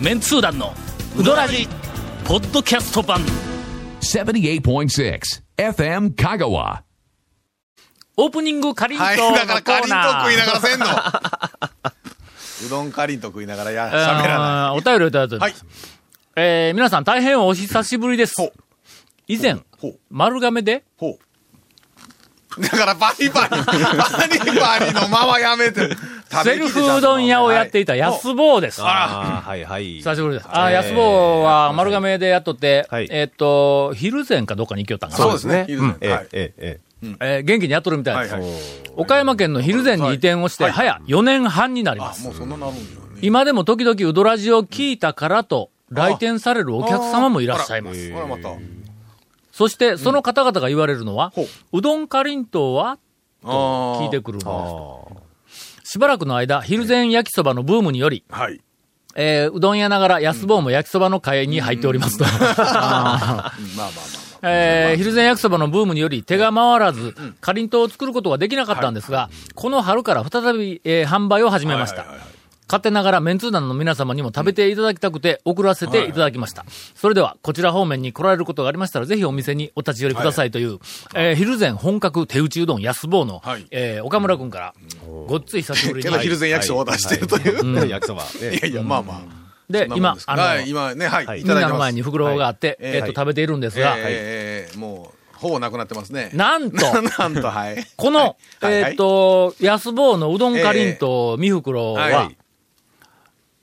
メンツー団のウドラジポッドキャスト版78.6 FM Kagawa. オープニングかりんとうのはい、コーナだからかりんとう食いーながらせんの。 うどんかりんとう食いながらや、喋らなあーお便りをいただいておりい。まはすい。えー皆さん大変お久しぶりですほう。以前、ほう、丸亀で、ほう。だからバリバリ、バリバリのままやめて。セルフうどん屋をやっていた安坊です。ああ、はいはい。久しぶりです。あー、えー安坊は丸亀でやっとって、はいえーっと、昼前かどっかに行きよったんかな。そうですねうんはいええ、ええ、えー元気にやっとるみたいです。はいはい岡山県の昼前に移転をして、はい早4年半になりまあ、す。もうそんななるんだよね。今でも時々ウドラジを聞いたからと、来店されるお客様もいらっしゃいます。ほらまた。そして、その方々が言われるのは、ほううどんかりんとうはあ聞いてく。くるあのあ。です。しばらくの間、昼前焼きそばのブームにより、はい。えーうどん屋ながら安坊も焼きそばの会に入っておりますと。まあまあま えー、昼前焼きそばのブームにより手が回らず、かりんとうを作ることができなかったんですが、この春から再び、えー販売を始めあまあ。ましたはい。はいはいはい勝手ながらメンツー団の皆様にも食べていただきたくて送らせていただきました。それでは、こちら方面に来られることがありましたら、ぜひお店にお立ち寄りくださいという、えー昼前本格手打ちうどん安坊の、はいえー岡村くんから、ごっつい久しぶりけに。ど昼前焼きそばを出してるという。う。ん、焼きそば。 いえやいや、まあまあ。でそん、なもん今です、あかの、はい、今ね、ははいい、いみたんだなきのま前す。に袋があって、はいえーっと、はい食べているんですえが、えええもう、ほぼなくなってますね。なん と、なんと、はい。この、はいはえいーっ、と、安坊のうどんかりんとみふくろは、はい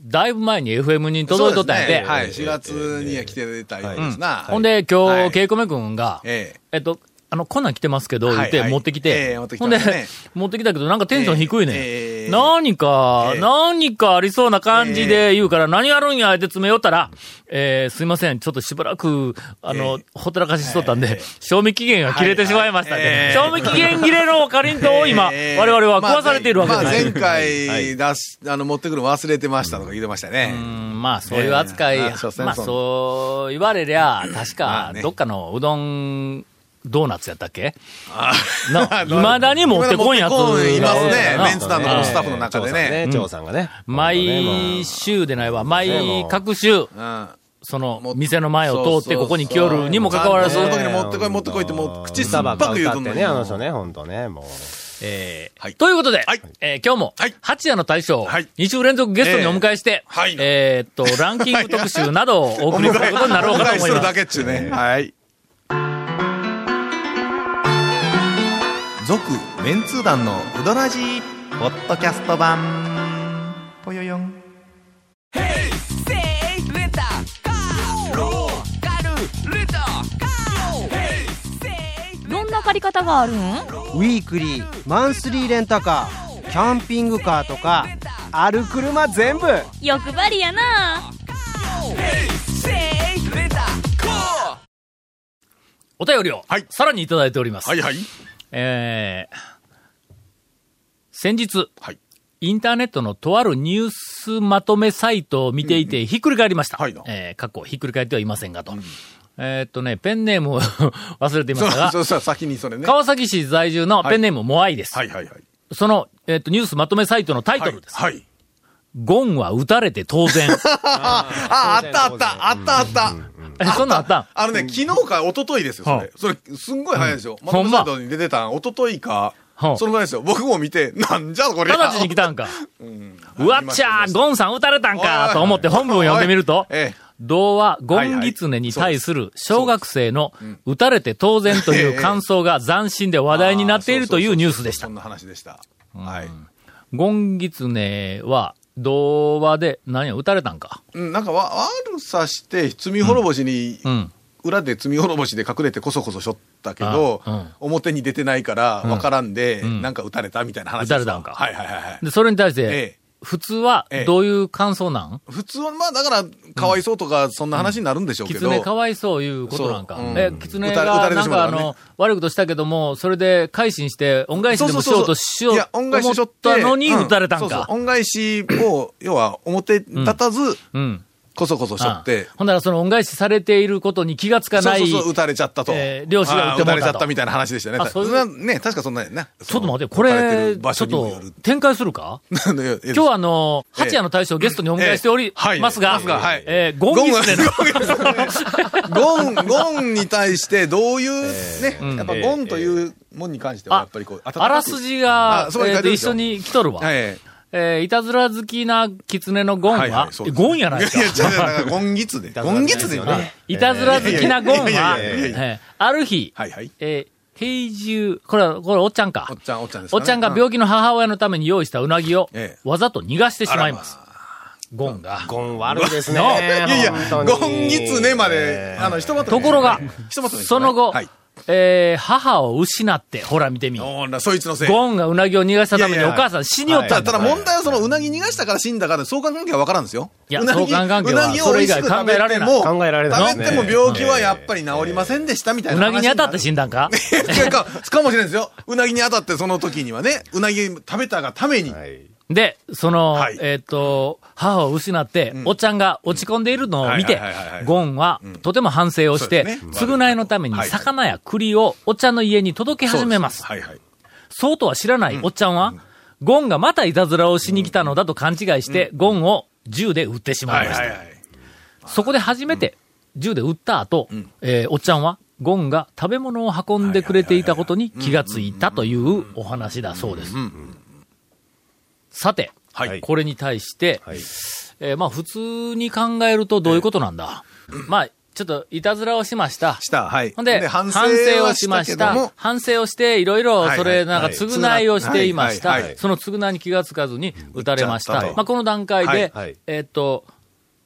だいぶ前に FM に届いとったんやそうで、ですねはい。ええ4月には来てたりですな。ほんで、今は日、いケイコメ君が、えええ。っと、あの、こんなん来てますけど、言っはいてはい持ってきえてえ持って、きほてんまでしたね、持ってきたけど、なんかテンション低いええねええん。何かえ、え何かありそうな感じで言うから、何あるんや、って詰め寄ったら、えーすいません、ちょっとしばらく、あのえ、ほったらかししとったんで、賞味期限が切れてしまいましたはいねええ賞味期限切れのかりんとうを今、え我ー々は壊されているわけです。まあ前回出し、あの、持ってくるの忘れてましたとか言ってましたね。うんまあ、そういう扱い、ええまあ所詮まあ、そうそう言われりゃ、確まかあ、ねどっかのうどん、ドーナツやったっけあ な、未だに持ってこんやつ。未だ持ってこんいますね。なメンツ団のこのスタッフのえ中でね。え張さんね張さんがね。毎週でないわ。毎各週、うん。そものう店の前を通ってここに来よるにもかかわらずそ、のね時に持ってこい、持ってこいって、もう口酸っぱく言うとんのに歌ばっか歌ってね、あの人ね、ほんとね、もう。えーはいということで、はいえー今日もはい、八夜の大将、はい2週連続ゲストにお迎えして、えーはいえーっと、ランキング特集などをお送りすることになろうかと思いお迎えするまだす。けっちゅうね。はい。続メンツー団のウドラジーポッドキャスト版ぽよよんどんな借り方があるんウィークリーマンスリーレンタカーキャンピングカーとかある車全部欲張りやなお便りを、はいさらにいただいております。はいはい。えー先日、はいインターネットのとあるニュースまとめサイトを見ていて、ひっくり返りました。はいなえー過去、ひっくり返ってはいませんがと。えーっとね、ペンネームを 忘れていまそしうたが、そうそう、先にそれね。は川崎市在住のペンネーム、モアイです。いはいはい。その、えーっと、ニュースまとめサイトのタイトはいルです。はい。ゴンは撃たれて当 然。あ、あったあった、あったあった。えそんなんあったんあのね、昨日か一昨日ですよ、そはあれ。それ、すんごい早いですよ。まほとんめまサイトに出てたん、一昨日かはあ、そのぐらいですよ。僕も見て、なんじゃこれ。直ちに来たんか。うわっちゃありましたありまーしたゴンさん撃たれたんかと思って本文を読んでみるとええ、童話ゴンギツネに対する小学生の撃たれて当然という感想が斬新で話題になっているというニュースでしそたん。な話でした。はい。ゴンギツネは童話で何や撃たれたんか。うん、なんかわ、悪さして、罪滅ぼしに、うん。裏で罪滅ぼしで隠れてこそこそしょったけど、あうん表に出てないから分からんで、んなんか撃たれたみたいな話で撃すたわれたんかはいはいはいはい。で、それに対してええ、普通はええどういう感想なん普通は、まあだから、かわいそうとか、そんな話になるんでしょうけキど。ツネかわいそういうことなんかそう。うんえ、キツネ撃たれ撃がたれなてんしまかあったからねの、悪いことしたけども、それで改心して、恩返しでもしようとしよういや、と恩思っ返ししょって。たのにうん撃たれたんそうそう か。恩返しを、要は、表立たず、うん。こそこそしょって、ほんならその恩返しされていることに気がつかそうない。そうそう、撃たれちゃったと。えー漁師が撃ってあもー撃たうたとれちゃったみたいな話でしたね。あそういうれはね、確かそんなやな。ちょっと待って、そこの撃たてれ、るちょ場っ所にもよとる 展開するかなんでよ今日はあの、ええ八谷の大将をゲストにお迎えしておりますが、ええはいえーゴンギスネの、ゴン、ゴンに対してどういうね、んやっぱゴンというもんに関しては、やっぱりこう、温かくあらすじが、あそこにえ書ーいとてるで一しょ緒に来とるわ。はいいはい。えーいたずら好きな狐のゴンは、はいはいそうですゴンやないか。や、違う違うだからゴンギツで。ゴンギツでよね。 いたずら好きなゴンいは、やいやいやいやいやいやえーある日、はいはい。えー平重、これは、これおっちゃんかおっ。ちゃん、おっちゃんですかおね。っちゃんが病気の母親のために用意したうなぎをええ、わざと逃がしてしまいます。ゴンが。ゴン悪いですね。のいいやいや、ゴンギツネまでえ、あの、ひとまとめところが、ひとまとめですそよねの後、はい。えー母を失って、ほら見てみ。ゴおーな、そいつのせい。ンがうなぎを逃がしたためいにおやいや母さん死におったたんだだ問題はそのうなぎ逃がしたから死んだから相関関係は分からんですよ。いやうなぎ相関関係うはなぎを美味しく食べそれ以外考えられてないも、考えられないです食ねべても病気はやっぱり治りませんでしたみたいうななぎ話に当たって死んだんかいやかかもしれないですよ。うなぎに当たってその時にはね、うなぎ食べたがために、はいで、その、はいえっ、と、母を失って、おっちゃんが落ち込んでいるのを見てはいはいはいはいは、いゴンはとても反省をして、そうですね償いのためにはい魚や栗をおっちゃんの家に届け始めます。はいはい。そうとは知らないおっちゃんは、ゴンがまたいたずらをしに来たのだと勘違いして、ゴンを銃で撃ってしまはいいましはいた。はい。そこで初めて銃で撃った後、えーおっちゃんは、ゴンが食べ物を運んでくれていたことに気がついたというお話だそうです。さて、はいこれに対して、はい。えーまあ普通に考えるとどういうことなんだ、まあ、ちょっといたずらをしました。した、はい。ほんで、で反反省省をはししままししたけどたも。、反省をして、いろいろ、はいそれ、なんか、はい償いをしていましはいはた。いその償いに気がつかずに、撃たれまし撃ったちゃった。とまあ、この段階ではいはい、えーっと、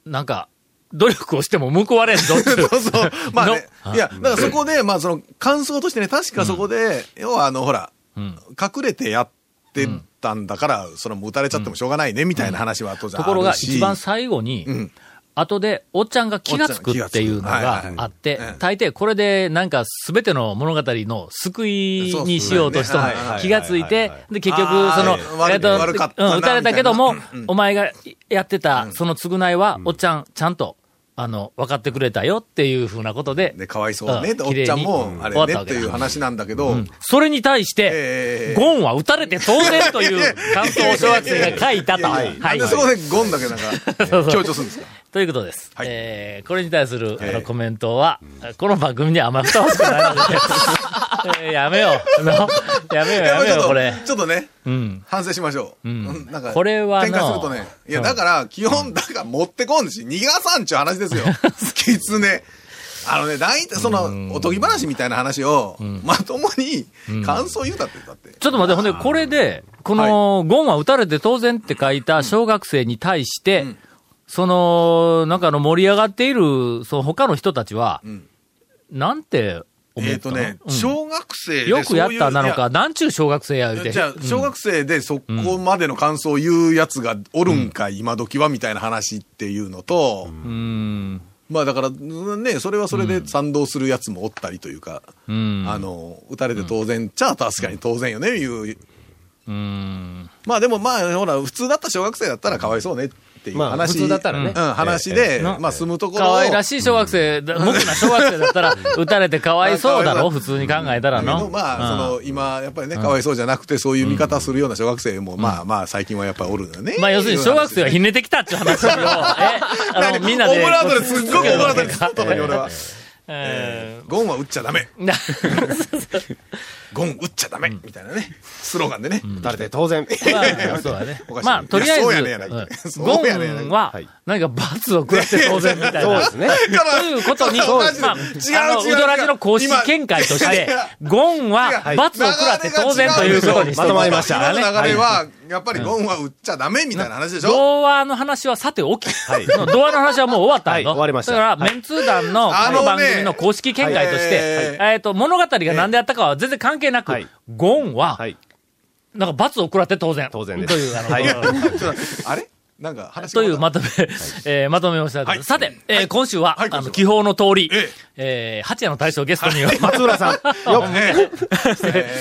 なんか、努力をしても報われんぞ っていうそうそう。まあねの。いや、だからそこで、まあその感想としてね、確かそこで、要はあの、ほら、ん隠れてやってたんだから、それも打たれちゃってもしょうがないね、みたいな話は後じゃとあころが、るし一番最後に、うん後で、おっちゃんが気がつくっていうのがあっておっちゃんが気がつくはいはいは、い大抵これでなんか全ての物語の救いにしようとしたそうっすねのはい気がついてはいはいはい、で、結局、あそーの悪、いえっと、悪かったなうん打たれたけどもみたいなう、んお前がやってたその償いは、おっちゃん、ちゃんと、あの、分かってくれたよっていうふうなことで、ね、かわいそうね、うんおっちゃんも綺麗、にあ終われったわけね、とだいう話なんだけど、うんそれに対してえ、えゴンは打たれて当然という感想を小学生が書いたと。はいなんでそこでゴンだけなん そうそか、う強調するんですかということです。はいえーこれに対する、えーあのコメントは、この番組にはあんまふさわしくない ので、えーやめよう。のやめよう、やぱめりよう、これちょ。っと、ちょっとね、うん。反省しましょう。んうんなんかこれは展開なするとね。いや、うんだから、基本、だから持ってこんし、逃がさんちゅう話 ですよ。きつね。あのね、大体その、おとぎ話みたいな話を、まともに感想言うたって、だって。ちょっと待って、ほんで、これで、この、ゴンは打たれて当然って書いた小学生に対して、その、なんかあの盛り上がっている、その他の人たちは、んなんて思ったのえっとね、うん小学生でよくやっそういうたなのいやか、なんちゅう小学生や、言うて。じゃあ、小学生でそこまでの感想を言うやつがおるんかい、今時はみたいな話っていうのと、うん。まあだから、ね、それはそれで賛同するやつもおったりというか、うん。あの、打たれて当然、じゃあ確かに当然よね、いう。うん。まあでもまあ、ほら、普通だった小学生だったらかわいそうねっていうまあ話。普通だったらねうん、話で、まあ住むところを。可愛らしい小学生、だ無垢な小学生だった ら、打たれてかわいそうだろ、普通に考えたらだけどの。まあ、その、今、やっぱりね、かわいそうじゃなくて、そういう見方するような小学生も、まあまあ、最近はやっぱりおるのよね。まあ、要するに小学生はひね。ねてきたっていう話 を、え、あの、みんなオで。ブラートですっごくオブラートです。え特に俺は。えゴンは打っちゃダメ。ーなゴン打っちゃダメ。みたいなね。スローガンでね。誰で当然。まあ、そうだ ねおか。しいまあ、とりあえず、いうやそんうやねやないかゴ そうやねやないかンははい、何か罰を食らって当然みたいそうなで。すね。だからということ に、まそうですあ、あの、違う違う違うウドラジの公式見解とし今いやていや、ゴンは罰を食らって当然ということにしてまとまりました今のね流れは、やっぱりゴンは打っちゃダメみたいな話でしょドアの話はさておき。いの ドアの話はもう終わったの、はい終わりましただから、メンツー団のこあののね番組の公式見解として、はえっと、物語が何であったかは全然関係なく、はいゴンは、はい。なんか罰を食らって当然。当然ですという、あの、はいちょっとあれなんか話 がというまとめ、えーまとめをしたいと思います、はさいて、えー今週は、はいあの、気泡の通り、ええー八谷の大将ゲストに、松浦さん。よっ。ねえー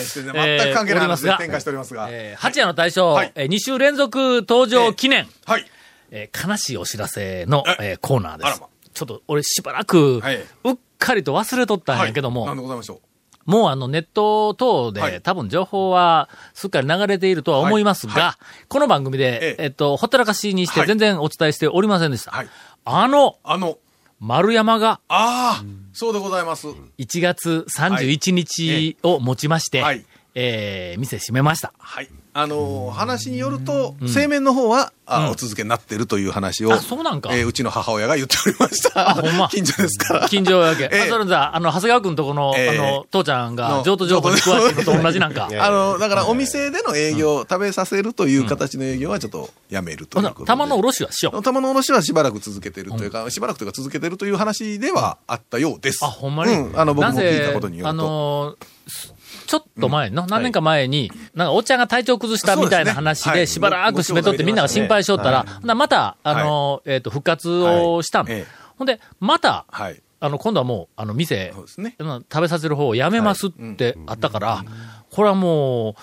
してね全く関係 えーおないります話がで展開しておりますが。えー八谷の大将、はいえ2週連続登場記念、はい。えー悲しいお知らせの、えーコーナーであらすま。ちょっと俺しばらく、はいうっかりと忘れとったんやけども、なんでございましょう。もうあのネット等で、はい多分情報はすっかり流れているとは思いますが、はいはこの番組でえ、ええっと、ほったらかしにしてはい全然お伝えしておりませんでした。はいあの、あの、丸山がああ、そうでございます。 1月31日をもちまして、はいえー店閉めました。はい。あのー話によると、製麺の方は、あお続けになってるという話を、あそうなんかえーうちの母親が言っておりましあた。ほんま近所ですから。近所やけ。ええあ、それじゃあ、あの、長谷川くんとこの、ええあの、父ちゃんがの譲渡情報に詳しいのと同じなん か。あの、だからお店での営業、食べさせるという形の営業はちょっとやめるとほいなうことで。玉の卸しはしよう。玉の卸はしばらく続けてるというか、しばらくというか続けてるという話ではあったようです。あ、ほんまに、うん、あの、僕なもぜ聞いたことによると。あのーすちょっと前の、何年か前に、なんか、おっちゃんが体調崩したみたいな話そうですねはで、いしばらく閉めとって、みんなが心配しとったら、ほんならまた、あのー、えっと、復活をしたのはいええ。ほんで、また、はい。あの、今度はもう、あの、店そう、ですね。うん食べさせる方をやめますってあったから、これはもう、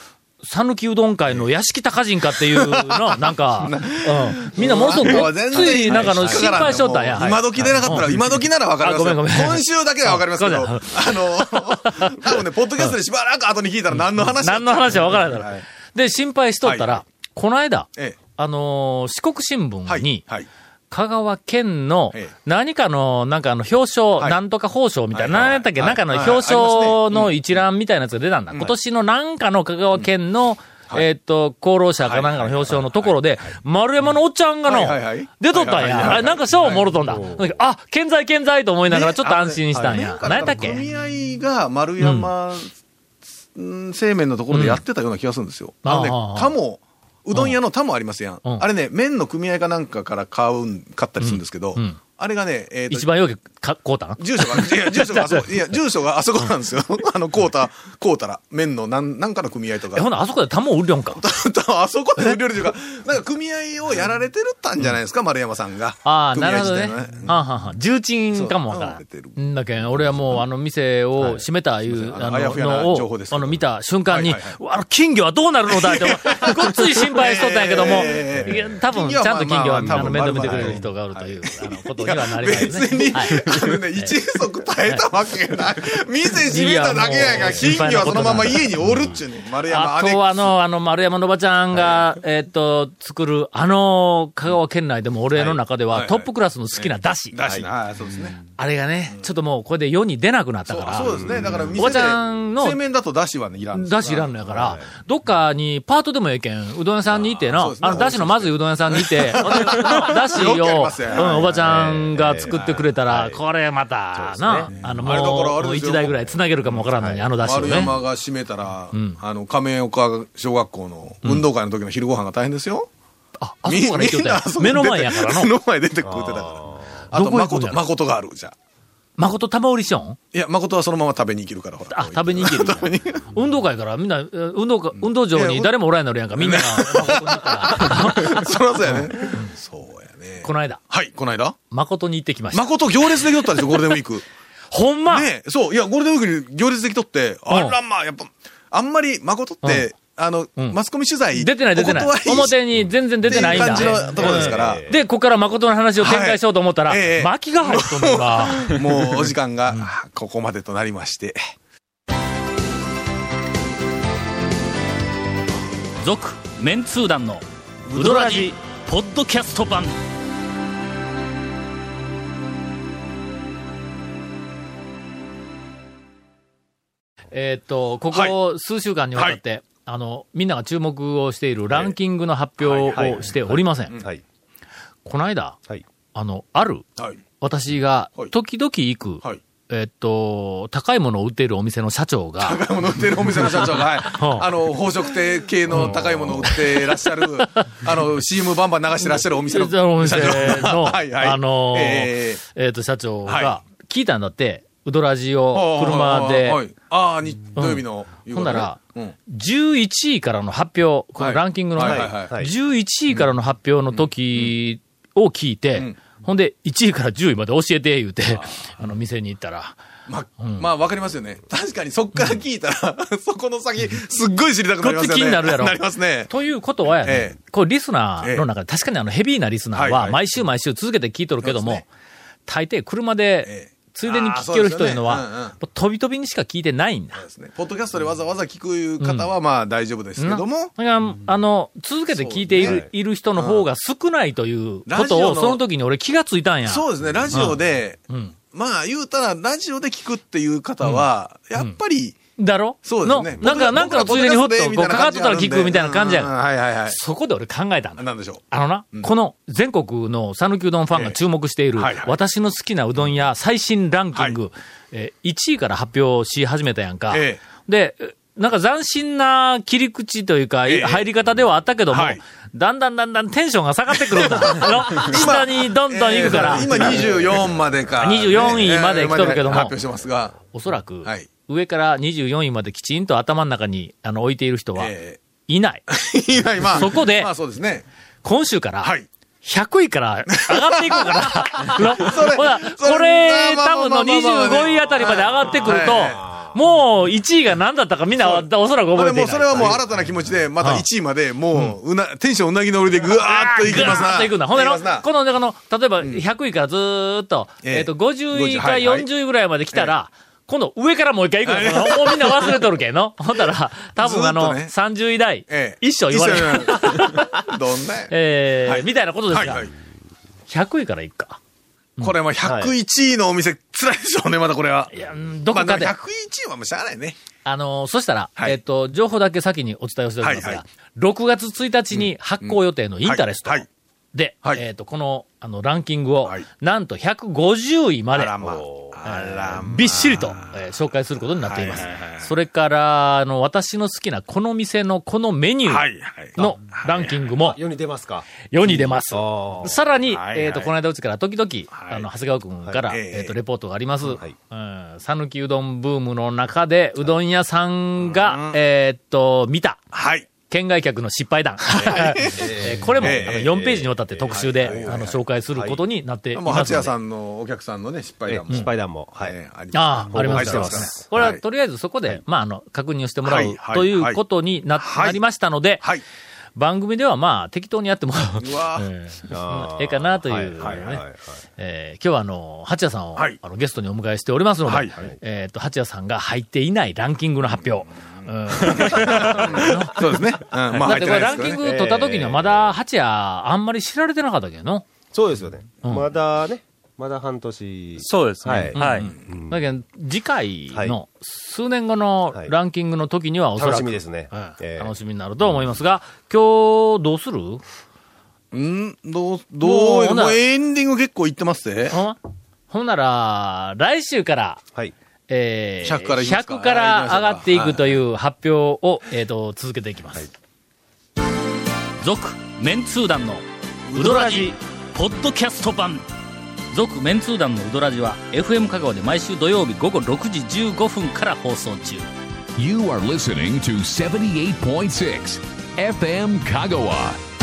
讃岐うどん会の屋敷高人かっていうの、なん か、うんみんなものすごくごっつい、なんかあの、心配しとったんや。今時でなかったら、今時ならわかりますよ。あごめんごめん今週だけはわかりますけど、ああごめんの、多分ね、ポッドキャストでしばらく後に聞いたら何の話 だ何の話は分からないから。で、心配しとったら、はこの間、ええあのー四国新は聞いに。、はい。香川県のええ何かの、なんかあの表彰、はいなんとか報賞みたいな、はい何やったっけ、はいなんかのはい表彰あのりますねうん一覧みたいなやつが出たんだ。今年のなんかの香川県の、いえーっと、功労者かなんかの表彰のところで、丸山のおっちゃんがのはいはいはい、出とったんはいはいはいや。はいあなんか賞をもろとんだ。なんかあ、健在健在と思いながらちょっと安心したんや。何やったっけ組合が丸山うん製麺のところでやってたような気がするんですよ。うんなのでああああ、タモ、うどん屋のタモありますやん。うんあれね、麺の組合かなんかから買うん、買ったりするんですけど、うんうんあれがね、えーと一番よくか、こうたん住所が、いや、住所があそ こ、いや、住所があそこなんですよ。 あの、こうた、こうたら、麺のなん、なんかの組合とかえ、。 ほな、あそこで玉を売りょんか。あそこで売れるというか、なんか組合をやられてるったんじゃないですか、丸山さんが。ああ、なるほどね。組合自体のああはんはん重鎮かもわそうかうん出てらん。んだけん、俺はもう、あの、店を閉めたいう、はいすいませんあのああやの、ふやなの情報をです、けあどの、見た瞬間に、はいはいはいうわあの、金魚はどうなるのだって、 ごっつい心配しとったんやけども、ええいや多分、ち金魚はゃんと金魚は、あまあまあの、面まあ倒見てくれる人がおるという、あの、ことにはなりますね。別に、はいあのね、一足耐えたわけ がない。店閉めただけやいやがもら、う金魚はそのまま家におるっちゅうねん。丸山あ姉貴とはあの、あの、丸山のばちゃんが、えーっと、作る、あの、香川県内でも俺の中ではいははいトップクラスの好きなだし。だしな、あそうですね。あれがね、ちょっともうこれで世に出なくなったそかうら。そうですね。だから、おばちゃんの製麺だとだしはね、いらんですよだしいらんのやから、どっかにパートでもええけん、うどん屋さんにいてあーそなうで、すねあの、だしのまずいうどん屋さんにい て、ほんでだしよくやりを、ますよねうん、おばちゃんが作ってくれたら、これまた、な、あの、あれだからもあう、れですよ一台ぐらい繋げるかもわからんのに、あのだしを丸ね。山が閉めたら、あの、亀岡小学校の運動会の時の昼ご飯が大変ですよ。あ、あそこから行きよったんやみんなあそこ目出ての前やから目の。の前出て食うてた から。あどと、こ行くんや誠、ろ誠がある、じゃあ誠玉売りしよんいや、誠はそのまま食べに行けるから、ほら。あ、食べに行ける。運動会からみんな、えー運動会、運動場に誰もおらんのるやんか、みんなが誠に行ったら。そらそうやね。そうやね。この間、はい、この間誠に行ってきました。誠行列できとったんですよ、ゴールデンウィ ーク。ほんまねえそう、いや、ゴールデンウィークに行列できとって、あうんらまあ、やっぱ、あんまり誠って、あの、んマスコミ取材、出てない出てないお断り。表に全然出てないんだ。っていう感じのところですからええで、ここから誠の話を展開しようと思ったら、はいええ巻きが入っとんの が。もうお時間が、あここまでとなりまして。続、メンツー団の、ウドラジ、ポッドキャスト版。えーっと、ここ数週間にわたって、あの、みんなが注目をしているランキングの発表をしておりません。はい。この間、はい。あの、ある、はい。私がはい、時々行く、はい。えっと、高いものを売っているお店の社長が、高いもの売ってるお店の社長 が、はいうんあの、宝飾亭系の高いものを売ってらっし ゃる、あの、CM バンバン流してらっしゃるお店の社長お店がの、はいはいあのーええっと、社長がは、聞いたんだって、ウドラジえを車で、はいああ、に土曜日の夕ほ方ねんならうん、 11位からの発表、こはのいランキングのはいはい中はで、い11位からの発表の時を聞いて、んほんで、1位から10位まで教えて、言うて、あの、店に行ったら、まあ、まあ、わかりますよね。確かにそっから聞いたら、そこの先、すっごい知りたくなりますよね。こっち気になるやろなりますね。ということはやね、えこれリスナーの中で、確かにあのヘビーなリスナーはいははい毎週毎週続けて聞いとるけども、そうですね大抵車でええ、ついでに聞ける人というのあーそうですよねうんうんは、もう飛び飛びにしか聞いてないんだ。そうですね。ポッドキャストでわざわざ聞く方は、まあ、大丈夫ですけども、だから、あの、続けて聞いていそうるねいる人の方が少ないというこラジとオを、のその時に俺気がついたんや。そうですね、ラジオで、んまあ、言うたら、ラジオで聞くっていう方は、やっぱり、だろそうですね。のなんか、なんかのついでにほっと、こう、かかっとったら聞くみたいな感じやうんかうんら。はいはいはい。そこで俺考えたんだ。なんでしょあのな、うんこの全国の讃岐うどんファンが注目している、ええはいはい私の好きなうどん屋最新ランキング、えー1位から発表し始めたやんか。えで、えなんか斬新な切り口というか、ええ入り方ではあったけども、はいだんだんだんだんテンションが下がってくるん だ。あの、下にどんどん行くから、えー今24まで か。 24位まで来とるけどもえー発表してますが。おそらく、はい上から24位まできちんと頭の中にあの置いている人はえいない。ー 今今そこでまあそうですね。今週から、はい。 100位から上がっていくから。の それほら、それこれ、まあまあ多分のまあまあまあまあ25位あたりまで上がってくるとはい、もう1位が何だったかみんなおそらくま覚えていあでもない。それはもう新たな気持ちで、またはい1位まで、もう、うな、テンションうなぎのりでぐわーっといきますガーッな。といくんだ。ほんでの、いきますなこの、あの、例えば100位からずーっと、えええっと、50位からはいはい40位ぐらいまで来たら、今度上からもう一回行くのかな。もうみんな忘れとるけんの。ほんだら、多分あずーっの、とね30位台え、え一生言われる。一生言われるどんなやえはーいみたいなことですはいがはい、。 100位から行くか。これも101位のお店、辛いでしょうね、まだこれは。いや、うんどまこあかででも。101位はもうしゃあないね。あの、そしたら、はいえっと、情報だけ先にお伝えをしておきますが、はいはい6月1日に発行予定のインタレスト。はいはいで、はいえっ、と、この、あの、ランキングを、はいなんと150位まで、あらまあおーあらまあえーびっしりと、えー紹介することになっています。それから、あの、私の好きなこの店のこのメニュはーいはい。のランキングも世に出ますか世に出ます。さらに、はいはいえっと、この間うちから時々、あの、長谷川くんから、はいえええっと、レポートがあります。はいうん、さぬきうどんブームの中で、うどん屋さんが、えっと、見た、はい。県外客の失敗談。 えーこれも、あの、ええ4ページにわたって特集で、あの、紹介することになっていもう、ます八ので。谷さんのお客さんのね、失敗ええ談も。失敗談も。はい。ええありああ、ありますねね。これは、とりあえずそこで、まあ、あの、確認をしてもらはういはいということになはいなりましたので、はい。番組ではまあ、適当にやってもうわーええええかなというはいはいはいはねい。えー今日はあの、八谷さんを、はいあのゲストにお迎えしておりますので、はいはいえっ、と、八谷さんが入っていないランキングの発表。うん そうですね。うん、 ま だっあて入これてないでラすンキけどンねグ取った時にはまだ八谷あんまり知られてなかったけどの。そうですよね。んまだね、まだ半年。そうですね。はいはい。うんだけど、次回はいの数年後のはいランキングの時にはおそらく、楽しみですねうんええ楽しみになると思いますが、今日どうする、うんうんどう、もどうほう、なもうエンディング結構いってますぜ。ほんなら、来週から、はい。えー、 100からいきますか100から上がっていくという発表を、えっ、と、続けていきます。続、メンツー団の、ウドラジ、ポッドキャスト版。続、メンツー団のウドラジは、FM 香川で毎週土曜日午後6時15分から放送中。 You are listening to 78.6 FM Kagawa.